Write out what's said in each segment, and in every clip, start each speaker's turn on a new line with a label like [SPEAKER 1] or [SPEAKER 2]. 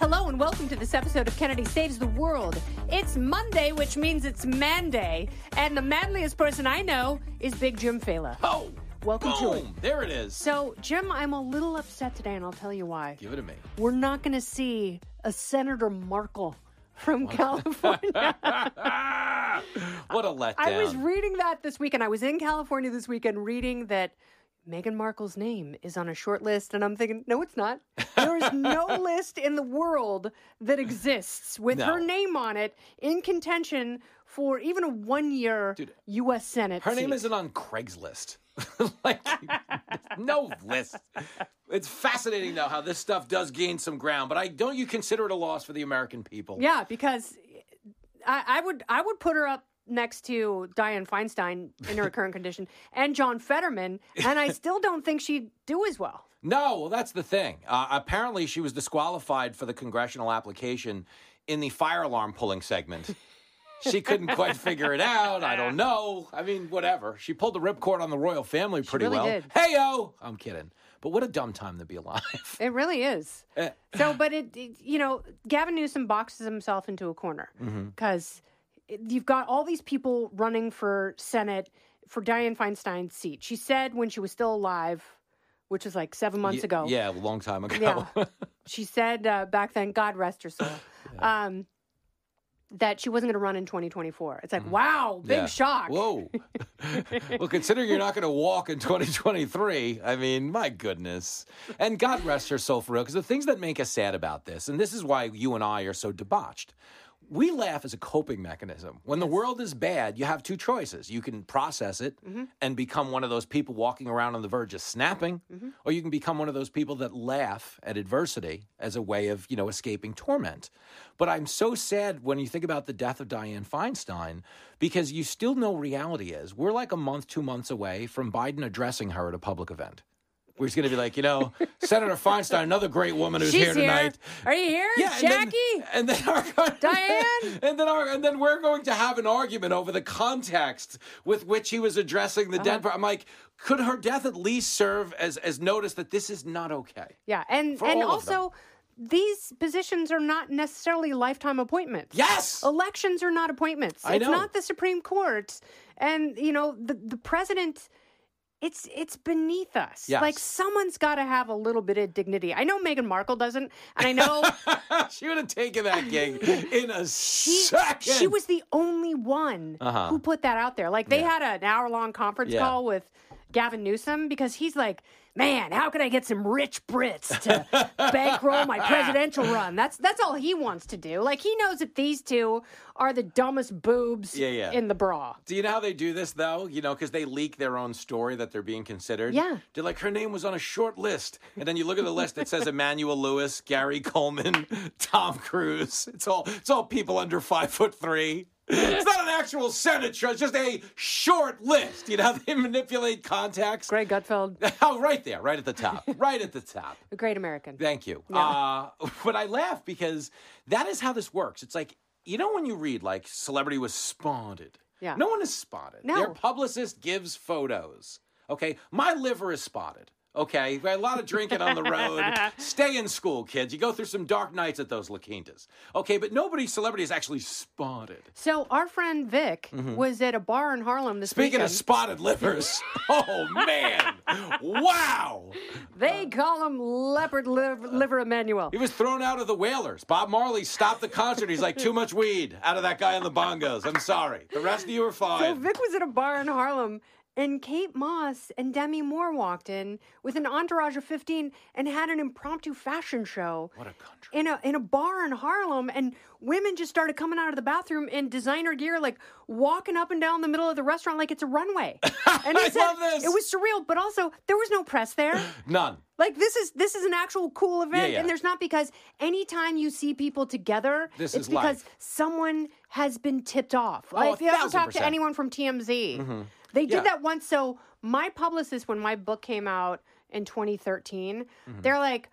[SPEAKER 1] Hello and welcome to this episode of Kennedy Saves the World. It's Monday, which means it's Manday, and the manliest person I know is Big Jim Fela.
[SPEAKER 2] Oh,
[SPEAKER 1] Welcome to it.
[SPEAKER 2] boom. There it is.
[SPEAKER 1] So, Jim, I'm a little upset today, and I'll tell you why
[SPEAKER 2] Give it to me.
[SPEAKER 1] we're not going to see a Senator Markle from California.
[SPEAKER 2] What a letdown.
[SPEAKER 1] I was reading that this weekend. I was in California this weekend reading that Meghan Markle's name is on a short list, and I'm thinking, no, it's not. There is no list in the world that exists with her
[SPEAKER 2] No.
[SPEAKER 1] name on it in contention for even a one year
[SPEAKER 2] Dude,
[SPEAKER 1] U.S. Senate.
[SPEAKER 2] Her name
[SPEAKER 1] seat.
[SPEAKER 2] isn't on Craigslist. like, there's no list. It's fascinating, though, how this stuff does gain some ground, but I don't you consider it a loss for the American people?
[SPEAKER 1] Yeah, because I, I would I would put her up next to Diane Feinstein in her current condition and John Fetterman, and I still don't think she'd do as well.
[SPEAKER 2] No, well, that's the thing. Uh, apparently, she was disqualified for the congressional application in the fire alarm pulling segment. She couldn't quite figure it out. I don't know. I mean, whatever. She pulled the ripcord on the royal family pretty
[SPEAKER 1] really
[SPEAKER 2] well.
[SPEAKER 1] did.
[SPEAKER 2] Hey, yo! I'm kidding. But what a dumb time to be alive.
[SPEAKER 1] It really is. so, but it, it- you know, Gavin Newsom boxes himself into a corner because you've got all these people running for Senate for Dianne Feinstein's seat. She said when she was still alive, which was like seven months ago.
[SPEAKER 2] Yeah, a long time ago.
[SPEAKER 1] Yeah. she said uh, back then, God rest her soul, um, that she wasn't going to run in 2024. It's like, wow, big
[SPEAKER 2] Mm. Yeah.
[SPEAKER 1] shock.
[SPEAKER 2] Whoa. well, considering you're not going to walk in 2023, I mean, my goodness. And God rest her soul for real, because the things that make us sad about this, and this is why you and I are so debauched. We laugh as a coping mechanism. When the world is bad, you have two choices. You can process it and become one of those people walking around on the verge of snapping, or you can become one of those people that laugh at adversity as a way of, you know, escaping torment. But I'm so sad when you think about the death of Dianne Feinstein because you still know reality is. We're like a month, two months away from Biden addressing her at a public event. We're just going to be like, you know, Senator Feinstein, another great woman who's
[SPEAKER 1] She's
[SPEAKER 2] here tonight.
[SPEAKER 1] Are you here,
[SPEAKER 2] and
[SPEAKER 1] Jackie?
[SPEAKER 2] then- and then, our,
[SPEAKER 1] Diane?
[SPEAKER 2] and then our, and then we're going to have an argument over the context with which he was addressing
[SPEAKER 1] Uh-huh.
[SPEAKER 2] the dead. I'm like, could her death at least serve as as notice that this is not okay?
[SPEAKER 1] Yeah, and
[SPEAKER 2] For
[SPEAKER 1] and
[SPEAKER 2] all of them.
[SPEAKER 1] also these positions are not necessarily lifetime appointments.
[SPEAKER 2] Yes!
[SPEAKER 1] elections are not appointments.
[SPEAKER 2] I
[SPEAKER 1] it's
[SPEAKER 2] know.
[SPEAKER 1] not the Supreme Court, and you know the the president. It's it's beneath us.
[SPEAKER 2] Yes.
[SPEAKER 1] Like someone's got to have a little bit of dignity. I know Meghan Markle doesn't, and I know
[SPEAKER 2] she would have taken that gig in a
[SPEAKER 1] she,
[SPEAKER 2] second.
[SPEAKER 1] she was the only one
[SPEAKER 2] Uh-huh.
[SPEAKER 1] who put that out there. Like they had an hour long conference
[SPEAKER 2] Yeah.
[SPEAKER 1] call with Gavin Newsom because he's like, man, how can I get some rich Brits to bankroll my presidential run? That's that's all he wants to do. Like he knows that these two are the dumbest boobs
[SPEAKER 2] Yeah, yeah.
[SPEAKER 1] in the bra.
[SPEAKER 2] Do you know how they do this though? You know, because they leak their own story that they're being considered.
[SPEAKER 1] Yeah.
[SPEAKER 2] They're like, her name was on a short list, and then you look at the list. It says Emmanuel Lewis, Gary Coleman, Tom Cruise. It's all it's all people under five foot three. It's not an actual senator. It's just a short list. You know, how they manipulate contacts.
[SPEAKER 1] Greg Gutfeld,
[SPEAKER 2] Oh, right there, right at the top, right at the top.
[SPEAKER 1] a great American.
[SPEAKER 2] Thank you. Uh, but I laugh because that is how this works. It's like, you know, when you read, like, celebrity was spotted.
[SPEAKER 1] Yeah.
[SPEAKER 2] No one is spotted. Their
[SPEAKER 1] No.
[SPEAKER 2] publicist gives photos. Okay. My liver is spotted. Okay. A lot of drinking on the road. Stay in school, kids. You go through some dark nights at those La Quintas. Okay. But nobody celebrity is actually spotted.
[SPEAKER 1] So our friend Vic was at a bar in Harlem this
[SPEAKER 2] Mm-hmm. Speaking
[SPEAKER 1] weekend.
[SPEAKER 2] of spotted livers, oh man, wow.
[SPEAKER 1] they call him Leopard Liver, liver Emmanuel.
[SPEAKER 2] He was thrown out of the Whalers. Bob Marley stopped the concert. He's like, too much weed out of that guy on the bongos. I'm sorry. The rest of you are
[SPEAKER 1] So
[SPEAKER 2] fine.
[SPEAKER 1] Vic was at a bar in Harlem, and Kate Moss and Demi Moore walked in with an entourage of fifteen and had an impromptu fashion show
[SPEAKER 2] what a country.
[SPEAKER 1] in a in a bar in Harlem. And women just started coming out of the bathroom in designer gear, like walking up and down the middle of the restaurant like it's a runway. And
[SPEAKER 2] I
[SPEAKER 1] said
[SPEAKER 2] love this.
[SPEAKER 1] It was surreal, but also there was no press there.
[SPEAKER 2] None.
[SPEAKER 1] Like this is this is an actual cool event,
[SPEAKER 2] yeah.
[SPEAKER 1] and there's not because anytime you see people together,
[SPEAKER 2] This
[SPEAKER 1] it's
[SPEAKER 2] is
[SPEAKER 1] because
[SPEAKER 2] life.
[SPEAKER 1] someone has been tipped off.
[SPEAKER 2] Oh, a
[SPEAKER 1] if you ever
[SPEAKER 2] thousand
[SPEAKER 1] talk to
[SPEAKER 2] percent. Mm-hmm.
[SPEAKER 1] anyone from TMZ, they did
[SPEAKER 2] Yeah.
[SPEAKER 1] that once. So my publicist, when my book came out in 2013,
[SPEAKER 2] Mm-hmm.
[SPEAKER 1] they're like.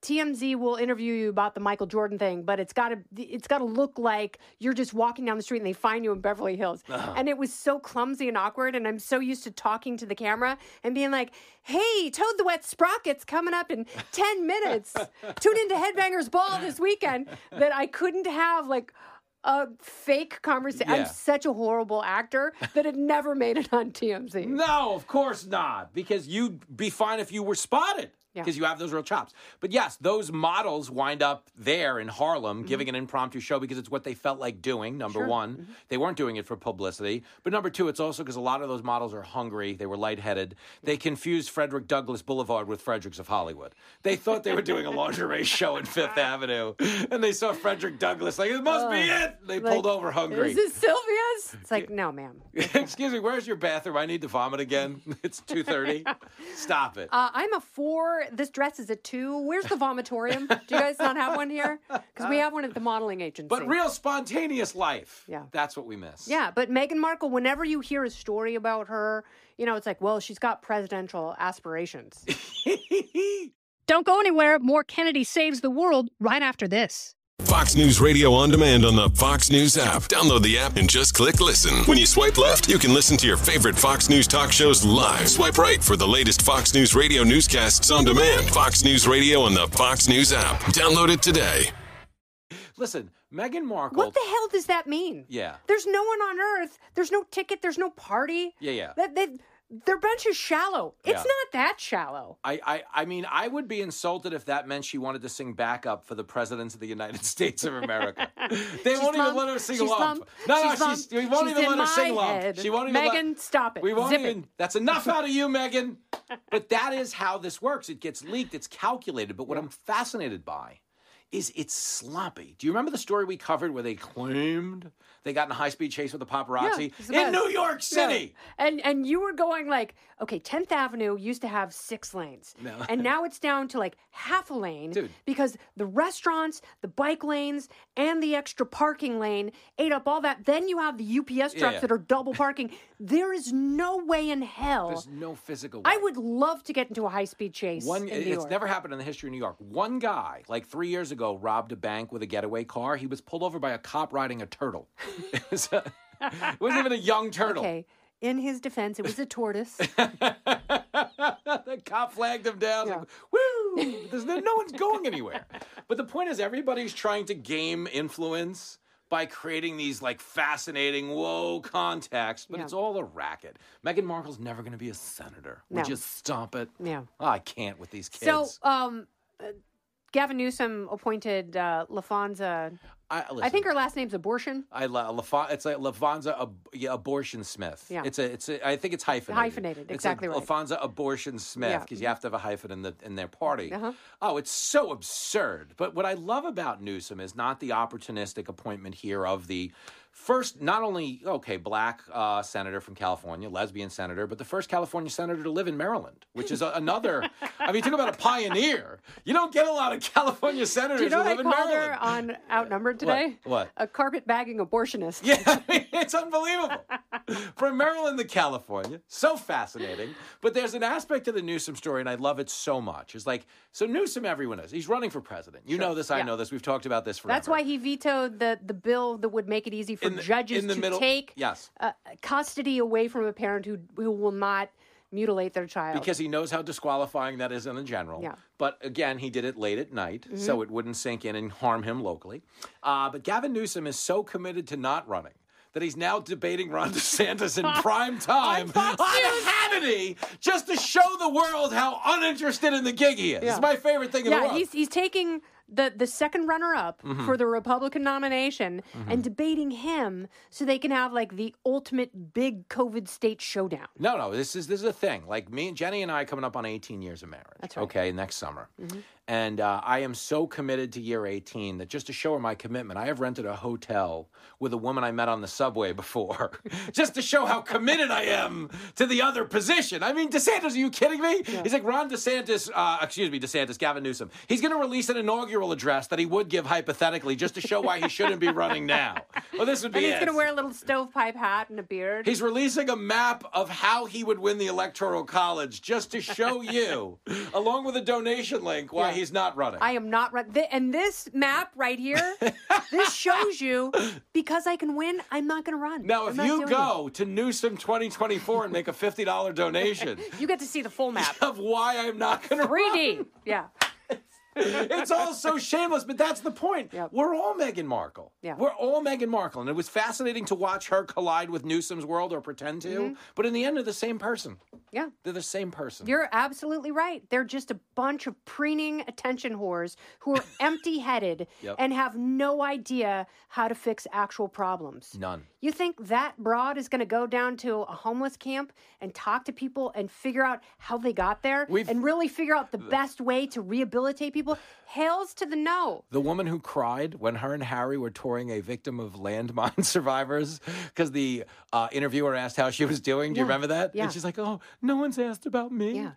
[SPEAKER 1] TMZ will interview you about the Michael Jordan thing, but it's got to it's got to look like you're just walking down the street and they find you in Beverly Hills.
[SPEAKER 2] Uh-huh.
[SPEAKER 1] And it was so clumsy and awkward and I'm so used to talking to the camera and being like, "Hey, Toad the Wet Sprocket's coming up in 10 minutes. Tune into Headbangers Ball this weekend." That I couldn't have like a fake conversation.
[SPEAKER 2] Yeah.
[SPEAKER 1] I'm such a horrible actor that it never made it on TMZ.
[SPEAKER 2] No, of course not. Because you'd be fine if you were spotted.
[SPEAKER 1] Yeah.
[SPEAKER 2] Because you have those real chops. But yes, those models wind up there in Harlem
[SPEAKER 1] Mm-hmm.
[SPEAKER 2] giving an impromptu show because it's what they felt like doing, number one.
[SPEAKER 1] Mm-hmm.
[SPEAKER 2] They weren't doing it for publicity. But number two, it's also because a lot of those models are hungry. They were lightheaded. They confused Frederick Douglass Boulevard with Fredericks of Hollywood. They thought they were doing a lingerie show in Fifth Avenue. And they saw Frederick Douglass, like, it must be it. They pulled
[SPEAKER 1] like,
[SPEAKER 2] over hungry.
[SPEAKER 1] Is this Sylvia's? It's like, "No, ma'am."
[SPEAKER 2] Excuse me, where's your bathroom? I need to vomit again. It's 2.30. Stop it.
[SPEAKER 1] Uh, I'm a four. This dress is a two. Where's the vomitorium? Do you guys not have one here? Because we have one at the modeling agency.
[SPEAKER 2] but real spontaneous life.
[SPEAKER 1] Yeah.
[SPEAKER 2] That's what we miss.
[SPEAKER 1] Yeah, but Meghan Markle, whenever you hear a story about her, you know, it's like, well, she's got presidential aspirations.
[SPEAKER 3] Don't go anywhere. More Kennedy Saves the World right after this.
[SPEAKER 4] Fox News Radio on demand on the Fox News app. Download the app and just click listen. When you swipe left, you can listen to your favorite Fox News talk shows live. Swipe right for the latest Fox News Radio newscasts on demand. Fox News Radio on the Fox News app. Download it today.
[SPEAKER 2] Listen, Meghan Markle.
[SPEAKER 1] what the hell does that mean?
[SPEAKER 2] Yeah.
[SPEAKER 1] There's no one on earth. There's no ticket. There's no party.
[SPEAKER 2] Yeah, yeah.
[SPEAKER 1] That- that- their bench is shallow. It's
[SPEAKER 2] Yeah.
[SPEAKER 1] not that shallow.
[SPEAKER 2] I, I, I mean, I would be insulted if that meant she wanted to sing backup for the presidents of the United States of America. They won't even
[SPEAKER 1] lump.
[SPEAKER 2] let her sing
[SPEAKER 1] She's
[SPEAKER 2] lump.
[SPEAKER 1] lump.
[SPEAKER 2] No, no,
[SPEAKER 1] She's lump.
[SPEAKER 2] she's, we won't
[SPEAKER 1] She's
[SPEAKER 2] even
[SPEAKER 1] in
[SPEAKER 2] let her sing
[SPEAKER 1] my
[SPEAKER 2] lump.
[SPEAKER 1] head.
[SPEAKER 2] She won't even.
[SPEAKER 1] Megan,
[SPEAKER 2] let,
[SPEAKER 1] stop it.
[SPEAKER 2] We won't
[SPEAKER 1] Zip
[SPEAKER 2] even. That's enough out of you, Megan. But that is how this works. It gets leaked. It's calculated. But what I'm fascinated by is it's sloppy. Do you remember the story we covered where they claimed they got in a high speed chase with a paparazzi
[SPEAKER 1] it's
[SPEAKER 2] in
[SPEAKER 1] the best.
[SPEAKER 2] New York City?
[SPEAKER 1] No. And and you were going like, okay, 10th Avenue used to have six lanes. And now it's down to like half a lane
[SPEAKER 2] Dude.
[SPEAKER 1] because the restaurants, the bike lanes, and the extra parking lane ate up all that. Then you have the UPS trucks
[SPEAKER 2] yeah.
[SPEAKER 1] that are double parking. there is no way in hell.
[SPEAKER 2] There's no physical. Way.
[SPEAKER 1] I would love to get into a high speed chase.
[SPEAKER 2] One,
[SPEAKER 1] in
[SPEAKER 2] it's
[SPEAKER 1] New York.
[SPEAKER 2] never happened in the history of New York. One guy, like three years ago, robbed a bank with a getaway car. He was pulled over by a cop riding a turtle. it was a- it wasn't even a young turtle.
[SPEAKER 1] Okay. In his defense, it was a tortoise.
[SPEAKER 2] the cop flagged him down. Like, Woo! There's no, no one's going anywhere. But the point is, everybody's trying to game influence by creating these like fascinating whoa contacts, but it's all a racket. Meghan Markle's never going to be a senator. Would
[SPEAKER 1] No.
[SPEAKER 2] you stop it?
[SPEAKER 1] Yeah.
[SPEAKER 2] Oh, I can't with these kids.
[SPEAKER 1] so, um, uh, Gavin Newsom appointed uh, LaFonza.
[SPEAKER 2] I,
[SPEAKER 1] I
[SPEAKER 2] listen.
[SPEAKER 1] think her last name's abortion.
[SPEAKER 2] I la, Lafa, it's like Lafonza ab, yeah, abortion Smith.
[SPEAKER 1] Yeah.
[SPEAKER 2] It's a it's a, I think it's hyphenated.
[SPEAKER 1] Hyphenated,
[SPEAKER 2] It's
[SPEAKER 1] exactly
[SPEAKER 2] like
[SPEAKER 1] right.
[SPEAKER 2] Lafonza abortion Smith
[SPEAKER 1] Yeah. Uh-huh.
[SPEAKER 2] because you have to have a hyphen in the in their party. Oh, it's so absurd. But what I love about Newsom is not the opportunistic appointment here of the first not only okay black uh, senator from California, lesbian senator, but the first California senator to live in Maryland, which is a, another. I mean, talk about a pioneer. You don't get a lot of California senators
[SPEAKER 1] Do you know
[SPEAKER 2] who
[SPEAKER 1] what I
[SPEAKER 2] live in
[SPEAKER 1] called
[SPEAKER 2] Maryland.
[SPEAKER 1] her on Outnumbered today?
[SPEAKER 2] What?
[SPEAKER 1] A carpet bagging abortionist.
[SPEAKER 2] Yeah, I mean, it's unbelievable. From Maryland to California, so fascinating. But there's an aspect to the Newsom story, and I love it so much. It's like, so Newsom, everyone knows. He's running for president. You know this, I
[SPEAKER 1] Yeah.
[SPEAKER 2] know this. We've talked about this forever.
[SPEAKER 1] That's why he vetoed the, the bill that would make it easy for
[SPEAKER 2] In the-
[SPEAKER 1] judges
[SPEAKER 2] in the
[SPEAKER 1] to
[SPEAKER 2] middle-
[SPEAKER 1] take
[SPEAKER 2] yes.
[SPEAKER 1] uh, custody away from a parent who, who will not mutilate their child.
[SPEAKER 2] Because he knows how disqualifying that is in the general.
[SPEAKER 1] Yeah. Mm-hmm.
[SPEAKER 2] But again, he did it late at night, so it wouldn't sink in and harm him locally. Uh, but Gavin Newsom is so committed to not running that he's now debating Ron DeSantis in prime time
[SPEAKER 1] Fox News.
[SPEAKER 2] Hannity just to show the world how uninterested in the gig he is. It's my favorite thing in the
[SPEAKER 1] yeah,
[SPEAKER 2] world.
[SPEAKER 1] he's, he's taking the, the second runner up
[SPEAKER 2] Mm-hmm.
[SPEAKER 1] for the Republican nomination and debating him so they can have like the ultimate big COVID state showdown.
[SPEAKER 2] No, no, this is this is a thing. Like me, Jenny, and I coming up on eighteen years of marriage. That's
[SPEAKER 1] right. Mm-hmm.
[SPEAKER 2] Okay, next summer, And uh, I am so committed to year 18 that just to show her my commitment, I have rented a hotel with a woman I met on the subway before, just to show how committed I am to the other position. I mean, DeSantis, are you kidding me? He's like Ron DeSantis, uh, excuse me, DeSantis, Gavin Newsom. He's going to release an inaugural address that he would give hypothetically just to show why he shouldn't be running now. Well, this would be
[SPEAKER 1] And he's
[SPEAKER 2] it.
[SPEAKER 1] going to wear a little stovepipe hat and a beard.
[SPEAKER 2] He's releasing a map of how he would win the Electoral College just to show you, along with a donation link, why he's not running.
[SPEAKER 1] I am not right. Th- and this map right here, this shows you because I can win, I'm not going to run.
[SPEAKER 2] now,
[SPEAKER 1] I'm
[SPEAKER 2] if
[SPEAKER 1] not
[SPEAKER 2] you
[SPEAKER 1] doing
[SPEAKER 2] go to Newsom 2024 and make a $50 donation
[SPEAKER 1] it. you get to see the full map.
[SPEAKER 2] of why I'm not going to run,
[SPEAKER 1] 3D. Yeah.
[SPEAKER 2] it's all so shameless, but that's the point.
[SPEAKER 1] Yep.
[SPEAKER 2] We're all Meghan Markle.
[SPEAKER 1] Yeah.
[SPEAKER 2] We're all Meghan Markle. And it was fascinating to watch her collide with Newsom's world or pretend to,
[SPEAKER 1] Mm-hmm.
[SPEAKER 2] but in the end, they're the same person.
[SPEAKER 1] Yeah.
[SPEAKER 2] They're the same person.
[SPEAKER 1] You're absolutely right. They're just a bunch of preening attention whores who are empty headed
[SPEAKER 2] Yep.
[SPEAKER 1] and have no idea how to fix actual problems.
[SPEAKER 2] None.
[SPEAKER 1] You think that broad is going to go down to a homeless camp and talk to people and figure out how they got there
[SPEAKER 2] We've-
[SPEAKER 1] and really figure out the best way to rehabilitate people? Hails to the no.
[SPEAKER 2] The woman who cried when her and Harry were touring a victim of landmine survivors because the uh, interviewer asked how she was doing. Do you
[SPEAKER 1] Yeah,
[SPEAKER 2] remember that?
[SPEAKER 1] yeah.
[SPEAKER 2] And she's like, oh, no one's asked about me.
[SPEAKER 1] Yeah.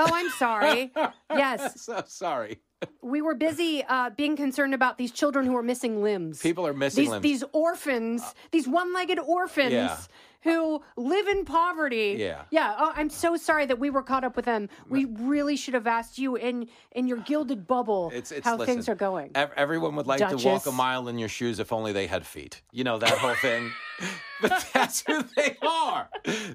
[SPEAKER 1] Oh, I'm sorry. yes,
[SPEAKER 2] So sorry.
[SPEAKER 1] we were busy uh, being concerned about these children who are missing limbs.
[SPEAKER 2] People are missing
[SPEAKER 1] these,
[SPEAKER 2] limbs. Uh,
[SPEAKER 1] These orphans, these one-legged orphans
[SPEAKER 2] Yeah.
[SPEAKER 1] who live in poverty.
[SPEAKER 2] Yeah.
[SPEAKER 1] Yeah. Oh, I'm so sorry that we were caught up with them. We really should have asked you in in your gilded bubble
[SPEAKER 2] It's, it's
[SPEAKER 1] how
[SPEAKER 2] listen,
[SPEAKER 1] things are going.
[SPEAKER 2] ev- everyone would like to walk
[SPEAKER 1] Duchess.
[SPEAKER 2] a mile in your shoes if only they had feet. You know that whole thing. but that's who they are.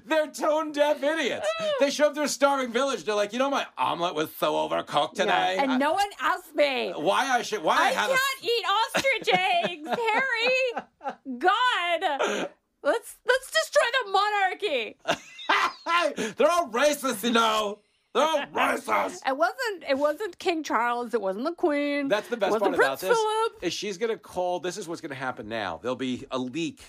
[SPEAKER 2] They're tone deaf idiots. They show up to a starving village. They're like, you know, my omelet was so overcooked
[SPEAKER 1] Yeah.
[SPEAKER 2] today.
[SPEAKER 1] And
[SPEAKER 2] I-
[SPEAKER 1] no one asked me.
[SPEAKER 2] why I should? Why I, had a
[SPEAKER 1] eat ostrich eggs, Harry. God, let's let's destroy the monarchy.
[SPEAKER 2] They're all racist, you know. They're all racist.
[SPEAKER 1] It wasn't. It wasn't King Charles. It wasn't the Queen.
[SPEAKER 2] That's the best
[SPEAKER 1] it
[SPEAKER 2] part
[SPEAKER 1] wasn't
[SPEAKER 2] about
[SPEAKER 1] Prince
[SPEAKER 2] this
[SPEAKER 1] Philip.
[SPEAKER 2] is she's gonna call. This is what's gonna happen now. There'll be a leak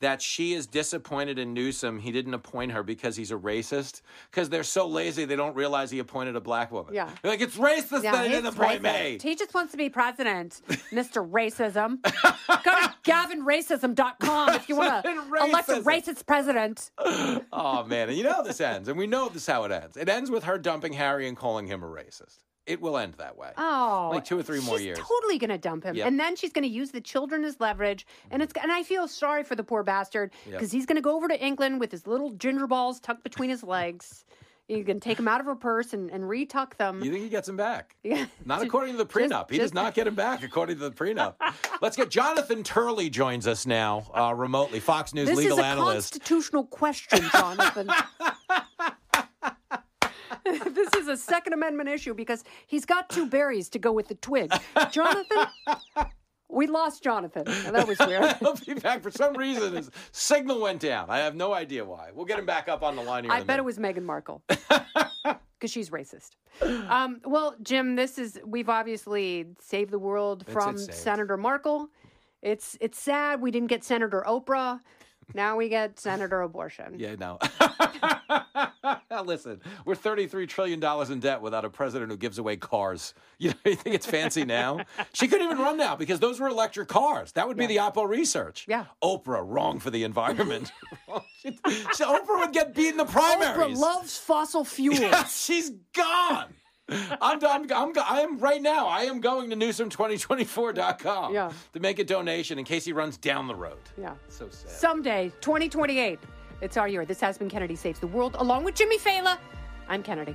[SPEAKER 2] that she is disappointed in Newsom. He didn't appoint her because he's a racist. Because they're so lazy, they don't realize he appointed a black woman.
[SPEAKER 1] Yeah.
[SPEAKER 2] They're like it's racist that he didn't
[SPEAKER 1] he's
[SPEAKER 2] appoint
[SPEAKER 1] racist.
[SPEAKER 2] me.
[SPEAKER 1] He just wants to be president, Mr. Racism. Go to GavinRacism.com if you want to
[SPEAKER 2] Racism.
[SPEAKER 1] elect a racist president.
[SPEAKER 2] oh man, and you know how this ends, and we know this is how it ends. It ends with her dumping Harry and calling him a racist. It will end that way.
[SPEAKER 1] Oh,
[SPEAKER 2] Like two or three more
[SPEAKER 1] she's
[SPEAKER 2] years.
[SPEAKER 1] Totally going to dump him,
[SPEAKER 2] Yep.
[SPEAKER 1] and then she's going to use the children as leverage. And it's and I feel sorry for the poor bastard because he's going to go over to England with his little ginger balls tucked between his legs. You can take them out of her purse and, and retuck them.
[SPEAKER 2] You think he gets him back?
[SPEAKER 1] Yeah.
[SPEAKER 2] Not according to the prenup. he does
[SPEAKER 1] just-
[SPEAKER 2] not get him back according to the prenup. Let's get Jonathan Turley joins us now uh, remotely, Fox News
[SPEAKER 1] this
[SPEAKER 2] legal
[SPEAKER 1] is a
[SPEAKER 2] analyst.
[SPEAKER 1] constitutional question, Jonathan. this is a Second Amendment issue because he's got two berries to go with the twig. Jonathan, we lost Jonathan. Now, that was weird.
[SPEAKER 2] He'll be back for some reason. His signal went down. I have no idea why. We'll get him back up on the line here.
[SPEAKER 1] I
[SPEAKER 2] in a
[SPEAKER 1] bet it
[SPEAKER 2] minute.
[SPEAKER 1] was Meghan Markle because she's racist. Um, well, Jim, this is we've obviously saved the world from
[SPEAKER 2] it's saved.
[SPEAKER 1] Senator Markle. It's it's sad we didn't get Senator Oprah. Now we get Senator Abortion.
[SPEAKER 2] Yeah, no. Listen, we're thirty-three trillion dollars in debt without a president who gives away cars. You know, you think it's fancy now? she couldn't even run now because those were electric cars. That would be the Oppo research.
[SPEAKER 1] Yeah.
[SPEAKER 2] Oprah, wrong for the environment. she, she- Oprah would get beat in the primaries.
[SPEAKER 1] Oprah loves fossil fuels.
[SPEAKER 2] She's gone. I'm, I'm, I'm, I'm right now. I am going to Newsom2024.com
[SPEAKER 1] Yeah.
[SPEAKER 2] to make a donation in case he runs down the road.
[SPEAKER 1] Yeah.
[SPEAKER 2] So sad.
[SPEAKER 1] Someday, 2028. It's our year. This has been Kennedy Saves the World, along with Jimmy Fallon. I'm Kennedy.